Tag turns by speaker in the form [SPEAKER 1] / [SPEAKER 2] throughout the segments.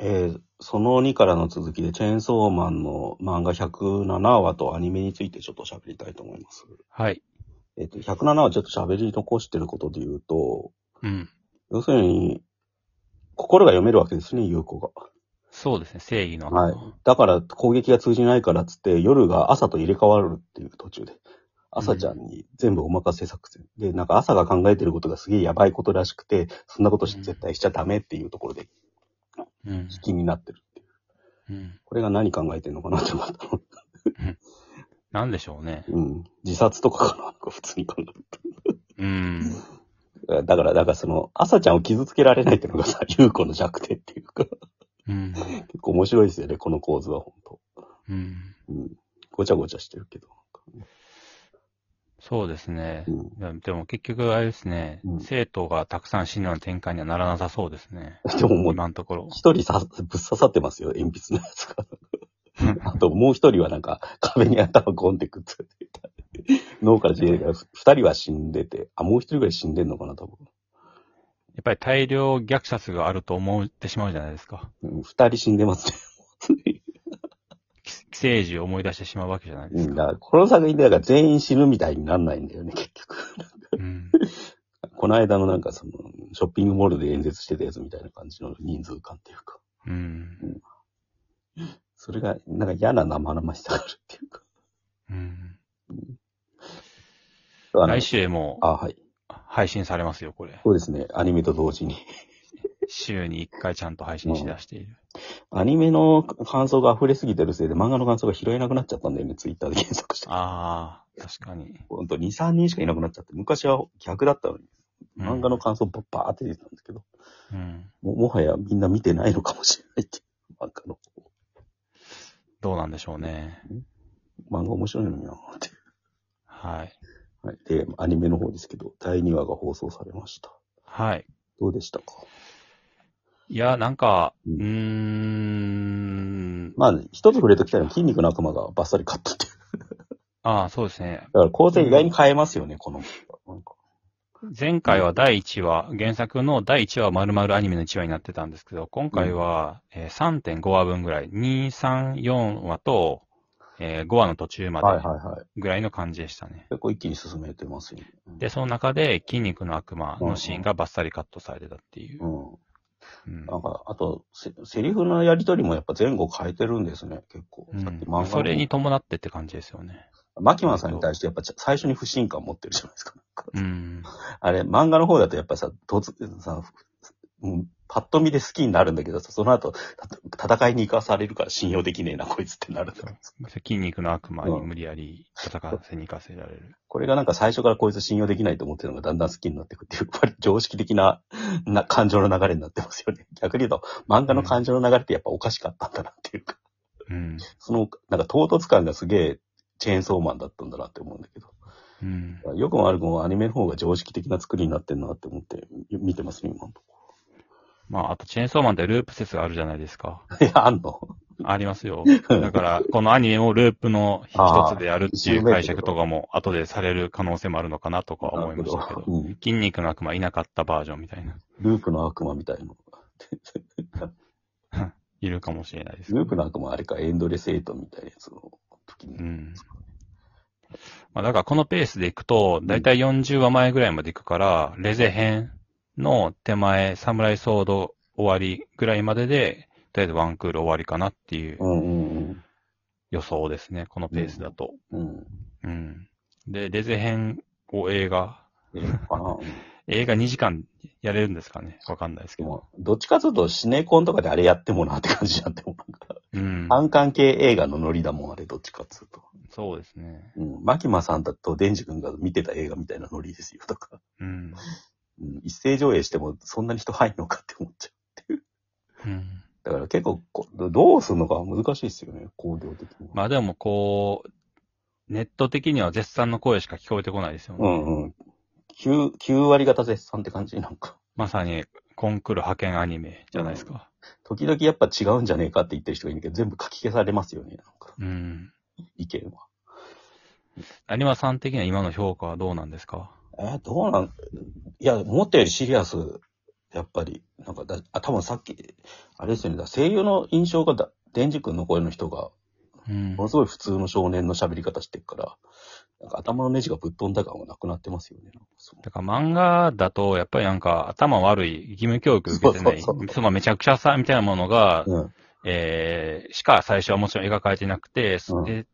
[SPEAKER 1] えーその2からの続きで、チェーンソーマンの漫画107話とアニメについてちょっと喋りたいと思います。
[SPEAKER 2] はい。
[SPEAKER 1] えっ、と、107話ちょっと喋り残してることで言うと、
[SPEAKER 2] うん。
[SPEAKER 1] 要するに、心が読めるわけですね、優子が。
[SPEAKER 2] そうですね、正義の。
[SPEAKER 1] はいだから攻撃が通じないからっつって、夜が朝と入れ替わるっていう途中で。朝ちゃんに全部お任せ作戦。で、なんか朝が考えてることがすげえやばいことらしくて、そんなことし
[SPEAKER 2] うん
[SPEAKER 1] 絶対しちゃダメっていうところで
[SPEAKER 2] うん。
[SPEAKER 1] 引きになってるっていう。
[SPEAKER 2] うん。
[SPEAKER 1] これが何考えてるのかなって思ったの。
[SPEAKER 2] なんでしょうね。
[SPEAKER 1] うん。自殺とかかななんか普通に考え
[SPEAKER 2] うん。
[SPEAKER 1] て。だから、だからその、朝ちゃんを傷つけられないっていうのがさ、 優子の弱点っていうか、
[SPEAKER 2] うん。
[SPEAKER 1] 結構面白いですよね、この構図は本当
[SPEAKER 2] うん。
[SPEAKER 1] うん。ごちゃごちゃしてるけど。
[SPEAKER 2] そうですね
[SPEAKER 1] う。ん。
[SPEAKER 2] いやでも結局、あれですね、
[SPEAKER 1] うん
[SPEAKER 2] 生徒がたくさん死ぬような展開にはならなさそうですね。
[SPEAKER 1] でももう
[SPEAKER 2] 今のところ。
[SPEAKER 1] 一人さ、ぶっ刺さってますよ、鉛筆のやつが。 あともう一人はなんか壁に頭ゴンってくっついてた。脳から出てるから、ふ二人は死んでて、あ、もう一人ぐらい死んでんのかな、多分。
[SPEAKER 2] やっぱり大量虐殺があると思ってしまうじゃないですか。
[SPEAKER 1] うん二人死んでますね。
[SPEAKER 2] き寄生児を思い出してしまうわけじゃないで
[SPEAKER 1] う
[SPEAKER 2] す
[SPEAKER 1] ん、
[SPEAKER 2] か。
[SPEAKER 1] だからこの作品でなんか全員死ぬみたいになんないんだよね、結局。
[SPEAKER 2] うん。
[SPEAKER 1] この間のなんかその、ショッピングモールで演説してたやつみたいな感じの人数感っていうか。
[SPEAKER 2] うん。
[SPEAKER 1] それが、なんか嫌な生々しさがあるっていうか。
[SPEAKER 2] うん。
[SPEAKER 1] あの
[SPEAKER 2] 来週も
[SPEAKER 1] あ、はい。
[SPEAKER 2] 配信されますよ、これ。
[SPEAKER 1] そうですね、アニメと同時に。
[SPEAKER 2] 週に1回ちゃんと配信しだしている。
[SPEAKER 1] アニメの感想が溢れすぎてるせいで、漫画の感想が拾えなくなっちゃったんだよね、ツイッターで検索して。
[SPEAKER 2] ああ、確かに。
[SPEAKER 1] ほんと2、3人しかいなくなっちゃって、昔は逆だったのに、
[SPEAKER 2] うん
[SPEAKER 1] 漫画の感想ばばーって出てたんですけど、
[SPEAKER 2] うん。
[SPEAKER 1] ももはやみんな見てないのかもしれないっていう。漫画の。
[SPEAKER 2] どうなんでしょうね。
[SPEAKER 1] 漫画面白いのになーって。
[SPEAKER 2] はい。
[SPEAKER 1] はい。で、アニメの方ですけど、第2話が放送されました。
[SPEAKER 2] はい。
[SPEAKER 1] どうでしたか
[SPEAKER 2] いや、なんか、
[SPEAKER 1] う
[SPEAKER 2] うんーん。
[SPEAKER 1] まあ、一つ触れときたいのは筋肉の悪魔がバッサリ勝ったっていう。
[SPEAKER 2] ああ、そうですね。
[SPEAKER 1] だから構成意外に変えますよね、この。なんか
[SPEAKER 2] 前回は第1話、原作の第1話は丸々アニメの1話になってたんですけど、今回は、えー3.5話分ぐらい、2、3、4話と、えー5話の途中ま
[SPEAKER 1] はいはい
[SPEAKER 2] で
[SPEAKER 1] はい。
[SPEAKER 2] ぐらいの感じでしたね。
[SPEAKER 1] 結構一気に進めてますよね。うん
[SPEAKER 2] で、その中で、筋肉の悪魔のシーンがバッサリカットされてたっていう
[SPEAKER 1] う。ん。
[SPEAKER 2] うん
[SPEAKER 1] なんか、あと、せセリフのやりとりもやっぱ前後変えてるんですね、結構。
[SPEAKER 2] う
[SPEAKER 1] さっき漫画
[SPEAKER 2] ん、
[SPEAKER 1] の
[SPEAKER 2] それに伴ってって感じですよね。
[SPEAKER 1] マキマンさんに対してやっぱち最初に不信感持ってるじゃないですか。
[SPEAKER 2] うん。
[SPEAKER 1] あれ、漫画の方だとやっぱさ、突さ、もうパッと見で好きになるんだけどさ、その後、た戦いに行かされるから信用できねえな、こいつってなるんだけど
[SPEAKER 2] 筋肉の悪魔に無理やり戦わせに行かせられる。
[SPEAKER 1] これがなんか最初からこいつ信用できないと思ってるのがだんだん好きになってくっていう、やっ ぱり常識的な な感情の流れになってますよね。 逆に言うと、漫画の感情の流れってやっぱおかしかったんだなっていうか。
[SPEAKER 2] うん。
[SPEAKER 1] その、なんか唐突感がすげえチェーンソーマンだったんだなって思うんだけど。
[SPEAKER 2] うん。
[SPEAKER 1] よくも悪くもアニメの方が常識的な作りになってんなって思って見てますね、今のとこ
[SPEAKER 2] まあ、あと、チェーンソーマンってループ説があるじゃないですか。
[SPEAKER 1] ろ。いや、あんの。
[SPEAKER 2] ありますよ。だから、このアニメをループの一つでやるっていう解釈と かも、後でされる可能性もあるのかなとか思いましたけ ど。
[SPEAKER 1] うん。
[SPEAKER 2] 筋肉の悪魔いなかったバージョンみたいな、
[SPEAKER 1] ループの 悪魔みたいな。
[SPEAKER 2] いるかもしれないですけど。
[SPEAKER 1] ループの悪魔あれか、エンドレスエイトみたいなやつの時に。
[SPEAKER 2] うん。まあ、だからこのペースでいくと、だいたい40話前ぐらいまでいくから、レゼ編の手前、サムライソード終わりぐらいまでで、とりあえずワンクール終わりかなっていう
[SPEAKER 1] うんうん
[SPEAKER 2] 予想ですね、このペースだと。
[SPEAKER 1] うん。うん。
[SPEAKER 2] うん。で、レゼ編を映画、
[SPEAKER 1] ええかな。
[SPEAKER 2] 映画2時間やれるんですかねわかんないですけ
[SPEAKER 1] で
[SPEAKER 2] ど。
[SPEAKER 1] も、どっちかというとシネコンとかであれやってもなって感じになってもなんか、
[SPEAKER 2] うん。
[SPEAKER 1] 反感系映画のノリだもん、あれ、どっちかっつうと。
[SPEAKER 2] そうですね。
[SPEAKER 1] うん。マキマさんだとデンジ君が見てた映画みたいなノリですよ、とか。
[SPEAKER 2] うん。
[SPEAKER 1] うん一斉上映してもそんなに人入んのかって思っちゃ
[SPEAKER 2] うん。
[SPEAKER 1] う。だから結構こ、どうするのか難しいですよね、工業的には。
[SPEAKER 2] まあでもこう、ネット的には絶賛の声しか聞こえてこないですよね。
[SPEAKER 1] うんうん。9、9割方絶賛って感じなんか。
[SPEAKER 2] まさにコンクール派遣アニメじゃないですか。
[SPEAKER 1] 時々やっぱ違うんじゃねえかって言ってる人がいるけど、全部書き消されますよね、なんか、
[SPEAKER 2] うん。
[SPEAKER 1] 意見は。
[SPEAKER 2] 有馬さん的には今の評価はどうなんですか
[SPEAKER 1] えーどうなんいや、思ったよりシリアスやっぱり、なんかだ、あ、多分さっき、あれですよね、だ声優の印象がだ、デンジ君の声の人が、
[SPEAKER 2] うん
[SPEAKER 1] もの。すごい普通の少年の喋り方してるから、なんか頭のネジがぶっ飛んだ感はなくなってますよね。なんかそう
[SPEAKER 2] だから漫画だと、やっぱりなんか頭悪い、義務教育受けてない、
[SPEAKER 1] そうそうそう
[SPEAKER 2] 妻めちゃくちゃさ、みたいなものが、
[SPEAKER 1] うん。
[SPEAKER 2] えー、しか最初はもちろん描かれてなくて、
[SPEAKER 1] うん
[SPEAKER 2] で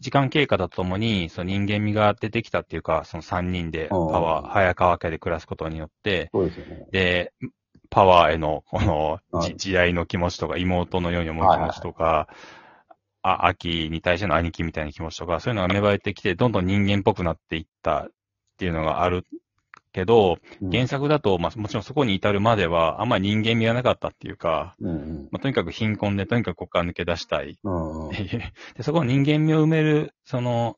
[SPEAKER 2] 時間経過とともに、その人間味が出てきたっていうか、その3人でパワ
[SPEAKER 1] う
[SPEAKER 2] ー、
[SPEAKER 1] ん
[SPEAKER 2] 早川家で暮らすことによって、
[SPEAKER 1] そうですよね。
[SPEAKER 2] で、パワーへの、この
[SPEAKER 1] う、ん
[SPEAKER 2] じ慈愛の気持ちとか、妹のように思う気持ちとか、あ、秋に対しての兄貴みたいな気持ちとか、そういうのが芽生えてきて、どんどん人間っぽくなっていったっていうのがあるけど、
[SPEAKER 1] うん
[SPEAKER 2] 原作だと、まあ、もちろんそこに至るまでは、あんまり人間味がなかったっていうか、
[SPEAKER 1] うん
[SPEAKER 2] まあ、とにかく貧困で、とにかくここから抜け出したい。
[SPEAKER 1] うん。うん。
[SPEAKER 2] っていう でそこの人間味を埋める、その、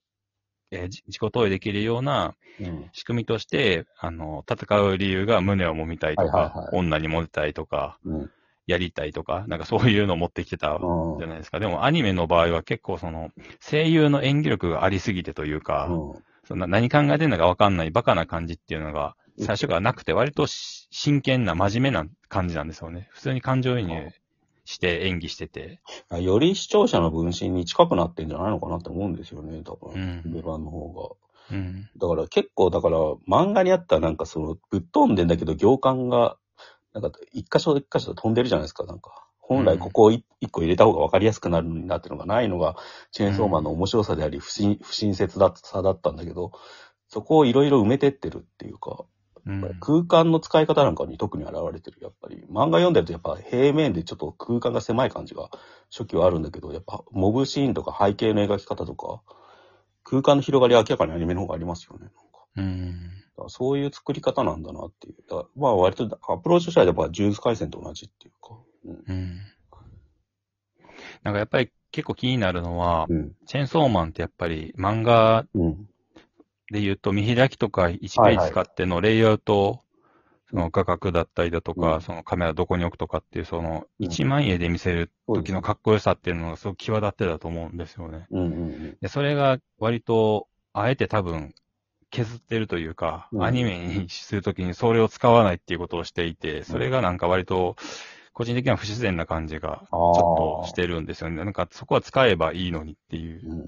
[SPEAKER 2] えーじ自己投影できるような
[SPEAKER 1] うん。
[SPEAKER 2] 仕組みとして、あの、戦う理由が胸を揉みたいとか、
[SPEAKER 1] はいはいはい
[SPEAKER 2] 女にモテたいとか、
[SPEAKER 1] うん。
[SPEAKER 2] やりたいとか、なんかそういうのを持ってきてた
[SPEAKER 1] うん。
[SPEAKER 2] じゃないですか。でもアニメの場合は結構その、声優の演技力がありすぎてというか、
[SPEAKER 1] うん
[SPEAKER 2] そんな何考えてるのかわかんないバカな感じっていうのが、最初からなくて、割とし真剣な真面目な感じなんですよね。普通に感情移入して演技してて。
[SPEAKER 1] あより視聴者の分身に近くなってんじゃないのかなって思うんですよね、多
[SPEAKER 2] う
[SPEAKER 1] 分。
[SPEAKER 2] ん。
[SPEAKER 1] 出番の方
[SPEAKER 2] うん。
[SPEAKER 1] が。だから結構、だから漫画にあったなんかその、ぶっ飛んでんだけど行間が、なんか一箇所一箇所飛んでるじゃないですか、なんか。本来ここをい一個入れた方が分かりやすくなるのになってのがないのが、チェーンソーマンの面白さであり、不親不親切ださだったんだけど、そこをいろいろ埋めてってるっていうか、
[SPEAKER 2] うん
[SPEAKER 1] やっぱり空間の使い方なんかに特に現れてる。やっぱり漫画読んでるとやっぱ平面でちょっと空間が狭い感じが初期はあるんだけど、やっぱモブシーンとか背景の描き方とか、空間の広がりは明らかにアニメの方がありますよね。なんか
[SPEAKER 2] うん。
[SPEAKER 1] だからそういう作り方なんだなっていう。だからまあ割とアプローチとしてはやっぱジュース回線と同じっていうか。
[SPEAKER 2] うん。なんかやっぱり結構気になるのは、
[SPEAKER 1] うん。
[SPEAKER 2] チェーンソーマンってやっぱり漫画
[SPEAKER 1] うん。
[SPEAKER 2] で言うと見開きとか1ページ使ってのレイアウト、その画角だったりだとか、
[SPEAKER 1] うん
[SPEAKER 2] そのカメラどこに置くとかっていう、その
[SPEAKER 1] うん
[SPEAKER 2] 1万円で見せる
[SPEAKER 1] そうで
[SPEAKER 2] 時
[SPEAKER 1] すね
[SPEAKER 2] のかっこよさっていうのがすごく際立ってたと思うんですよね。
[SPEAKER 1] うんうん
[SPEAKER 2] で、それが割と、あえて多分削ってるというか、
[SPEAKER 1] うん
[SPEAKER 2] アニメにするときにそれを使わないっていうことをしていて、それがなんか割と、個人的には不自然な感じが
[SPEAKER 1] あー
[SPEAKER 2] ちょっとしてるんですよね。なんかそこは使えばいいのにっていう
[SPEAKER 1] うん。うん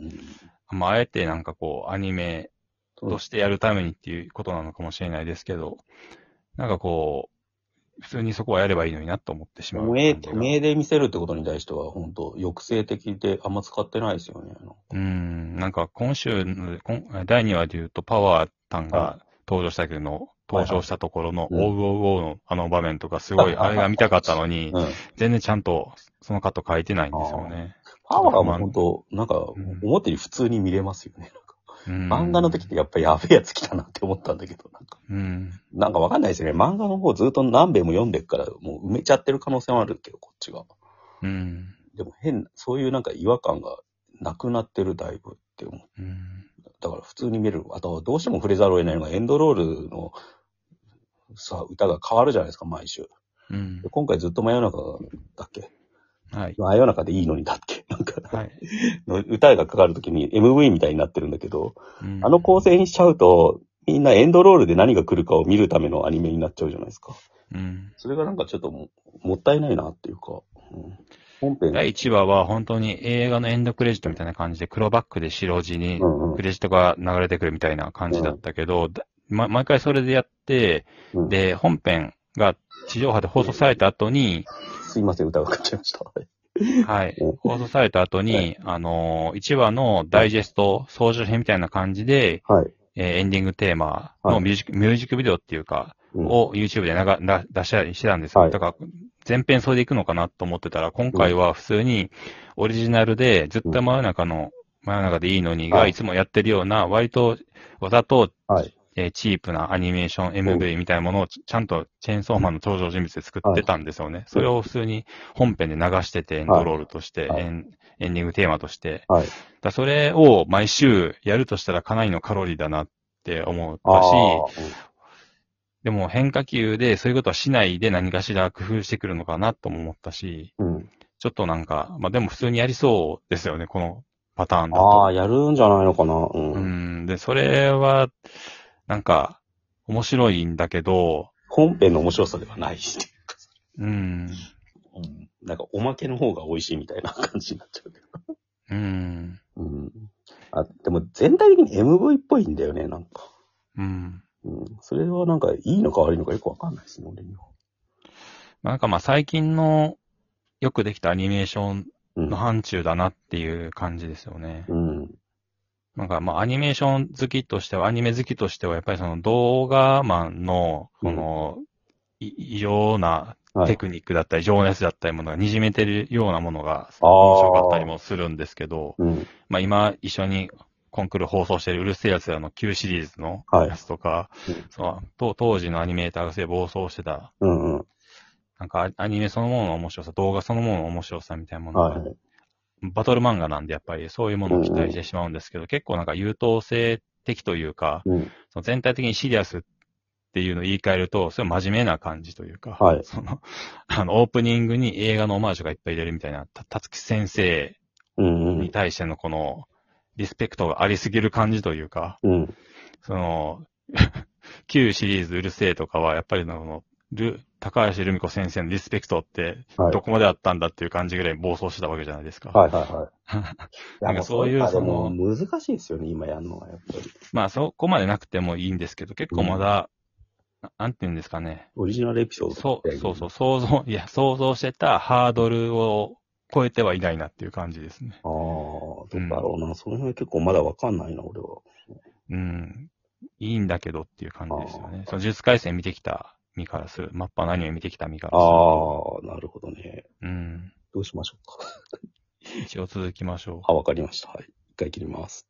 [SPEAKER 1] うん。
[SPEAKER 2] まあ、あえてなんかこう、アニメとしてやるためにっていうことなのかもしれないですけど、なんかこう、普通にそこはやればいいのになと思ってしまう
[SPEAKER 1] お名
[SPEAKER 2] 感じが。
[SPEAKER 1] 名で見せるってことに対しては本当抑制的であんま使ってないですよね。なんか
[SPEAKER 2] うん、なんか今週の、こん第2話で言うと、パワータン
[SPEAKER 1] は
[SPEAKER 2] が登場したけどの、
[SPEAKER 1] はい
[SPEAKER 2] 登場したところの、
[SPEAKER 1] う
[SPEAKER 2] オ
[SPEAKER 1] ん
[SPEAKER 2] ウオウオウのあの場面とか、すごい、あれが見たかったのに、
[SPEAKER 1] うん。
[SPEAKER 2] 全然ちゃんとそのカット書いてないんですよね。
[SPEAKER 1] パワーも本当、なんか
[SPEAKER 2] ん、
[SPEAKER 1] 思ったより普通に見れますよね。
[SPEAKER 2] うん
[SPEAKER 1] 漫画の時ってやっぱやべえやつ来たなって思ったんだけど、なんか、
[SPEAKER 2] うん。
[SPEAKER 1] なんかわかんないですよね。漫画の方ずっと何べんも読んでるから、もう埋めちゃってる可能性もあるけど、こっちが。
[SPEAKER 2] うん。
[SPEAKER 1] でも変な、そういうなんか違和感がなくなってる、だいぶって思う。
[SPEAKER 2] うん。
[SPEAKER 1] だから普通に見れる。あと、どうしても触れざるを得ないのがエンドロールの、さ、歌が変わるじゃないですか、毎週。
[SPEAKER 2] うん
[SPEAKER 1] で。今回ずっと真夜中だっけ
[SPEAKER 2] はい。
[SPEAKER 1] 真夜中でいいのにだっけなんか、
[SPEAKER 2] はい。
[SPEAKER 1] の歌がかかるときに MV みたいになってるんだけど、
[SPEAKER 2] うん
[SPEAKER 1] あの構成にしちゃうと、みんなエンドロールで何が来るかを見るためのアニメになっちゃうじゃないですか。
[SPEAKER 2] うん。
[SPEAKER 1] それがなんかちょっとももったいないなっていうか、うん本編
[SPEAKER 2] 第1話は本当に映画のエンドクレジットみたいな感じで黒バックで白地に
[SPEAKER 1] うんうん
[SPEAKER 2] クレジットが流れてくるみたいな感じだったけど、だま、毎回それでやって、
[SPEAKER 1] うん
[SPEAKER 2] で、本編が地上波で放送された後に、
[SPEAKER 1] すいません、歌がかかっちゃいました。
[SPEAKER 2] はい
[SPEAKER 1] うん、
[SPEAKER 2] 放送された後
[SPEAKER 1] は
[SPEAKER 2] に、あのー、1話のダイジェスト、総集編みたいな感じで、
[SPEAKER 1] はい。
[SPEAKER 2] えーエンディングテーマ
[SPEAKER 1] は
[SPEAKER 2] の
[SPEAKER 1] い
[SPEAKER 2] ミュージック、ミュージックビデオっていうか、
[SPEAKER 1] うん
[SPEAKER 2] を YouTube で流な出したりしてたんですよ。
[SPEAKER 1] はい
[SPEAKER 2] だから、前編それでいくのかなと思ってたら、今回は普通にオリジナルで、ずっと真夜中の、真夜中でいいのに
[SPEAKER 1] は
[SPEAKER 2] が、
[SPEAKER 1] い
[SPEAKER 2] いつもやってるような、割とわざと、
[SPEAKER 1] はい
[SPEAKER 2] えーチープなアニメーション MV みたいなものをちちゃんとチェーンソーマンの登場人物で作ってたんですよね。それを普通に本編で流してて、エンドロールとして、
[SPEAKER 1] はい
[SPEAKER 2] エンエンディングテーマとして。
[SPEAKER 1] はい
[SPEAKER 2] だからそれを毎週やるとしたらかなりのカロリーだなって思ったし、
[SPEAKER 1] あ
[SPEAKER 2] でも変化球でそういうことはしないで何かしら工夫してくるのかなとも思ったし、
[SPEAKER 1] ー、うんうん
[SPEAKER 2] ちょっとなんか、まあでも普通にやりそうですよね、このパターンだ
[SPEAKER 1] あ
[SPEAKER 2] と。
[SPEAKER 1] ー、やるんじゃないのかな。うん。
[SPEAKER 2] うん、で、それは、なんか、面白いんだけど、
[SPEAKER 1] 本編の面白さではないし、
[SPEAKER 2] うん。
[SPEAKER 1] うん、なんかおまけの方が美味しいみたいな感じになっちゃうけど。
[SPEAKER 2] うん。
[SPEAKER 1] うん。あ、でも全体的に MV っぽいんだよね、なんか。
[SPEAKER 2] うん。
[SPEAKER 1] うん。それはなんかいいのか悪いのかよくわかんないですね、俺には。
[SPEAKER 2] まあなんかまあ最近のよくできたアニメーション
[SPEAKER 1] うん
[SPEAKER 2] の。範疇だなっていう感じですよね。
[SPEAKER 1] うん。
[SPEAKER 2] なんかまあアニメーション好きとしては、アニメ好きとしてはやっぱりその動画マンの、この、い異常な
[SPEAKER 1] はい
[SPEAKER 2] テクニックだったり、情熱だったりものが滲めてるようなものが
[SPEAKER 1] あー
[SPEAKER 2] 面白かったりもするんですけど、
[SPEAKER 1] うん。
[SPEAKER 2] まあ今一緒にコンクール放送してるうるせえやつらの旧シリーズの
[SPEAKER 1] はい
[SPEAKER 2] やつとか、
[SPEAKER 1] うん
[SPEAKER 2] その当当時のアニメーターがすごい暴走してた、
[SPEAKER 1] うんうん。
[SPEAKER 2] なんかアアニメそのものの面白さ、動画そのものの面白さみたいなものが、
[SPEAKER 1] はい。
[SPEAKER 2] バトル漫画なんでやっぱりそういうものを期待してしまうんですけど、結構なんか優等生的というか、
[SPEAKER 1] うん。
[SPEAKER 2] その全体的にシリアスっていうのを言い換えると、それは真面目な感じというか、
[SPEAKER 1] はい
[SPEAKER 2] その、 あの、オープニングに映画のオマージュがいっぱい入れるみたいな、たたつき先生
[SPEAKER 1] うんう
[SPEAKER 2] に
[SPEAKER 1] ん。
[SPEAKER 2] 対してのこの、リスペクトがありすぎる感じというか、
[SPEAKER 1] うん。
[SPEAKER 2] その、 旧シリーズうるせえとかは、やっぱりの、のル高橋留美子先生のリスペクトって、
[SPEAKER 1] はい
[SPEAKER 2] どこまであったんだっていう感じぐらい暴走してたわけじゃないですか。
[SPEAKER 1] はいはいはい。
[SPEAKER 2] なんかそういう
[SPEAKER 1] やっぱ
[SPEAKER 2] そ
[SPEAKER 1] でも
[SPEAKER 2] の
[SPEAKER 1] 難しいですよね、今やるのは、やっぱり。
[SPEAKER 2] まあ、そこまでなくてもいいんですけど、結構まだ、ななんて言うんですかね。
[SPEAKER 1] オリジナルエピソード
[SPEAKER 2] そ
[SPEAKER 1] みたい
[SPEAKER 2] う、
[SPEAKER 1] な
[SPEAKER 2] そうそう、想像、いや、想像してたハードルを超えてはいないなっていう感じですね。
[SPEAKER 1] ああ、どうだろうな。その辺結構まだわかんないな、俺は。
[SPEAKER 2] うん。いいんだけどっていう感じですよね。その呪術回戦見てきた身からする。マッパのアニメ見てきた身からすると。
[SPEAKER 1] ああ、なるほどね。
[SPEAKER 2] うん。
[SPEAKER 1] どうしましょうか。
[SPEAKER 2] 一応続きましょう。
[SPEAKER 1] あ、わかりました。はい。一回切ります。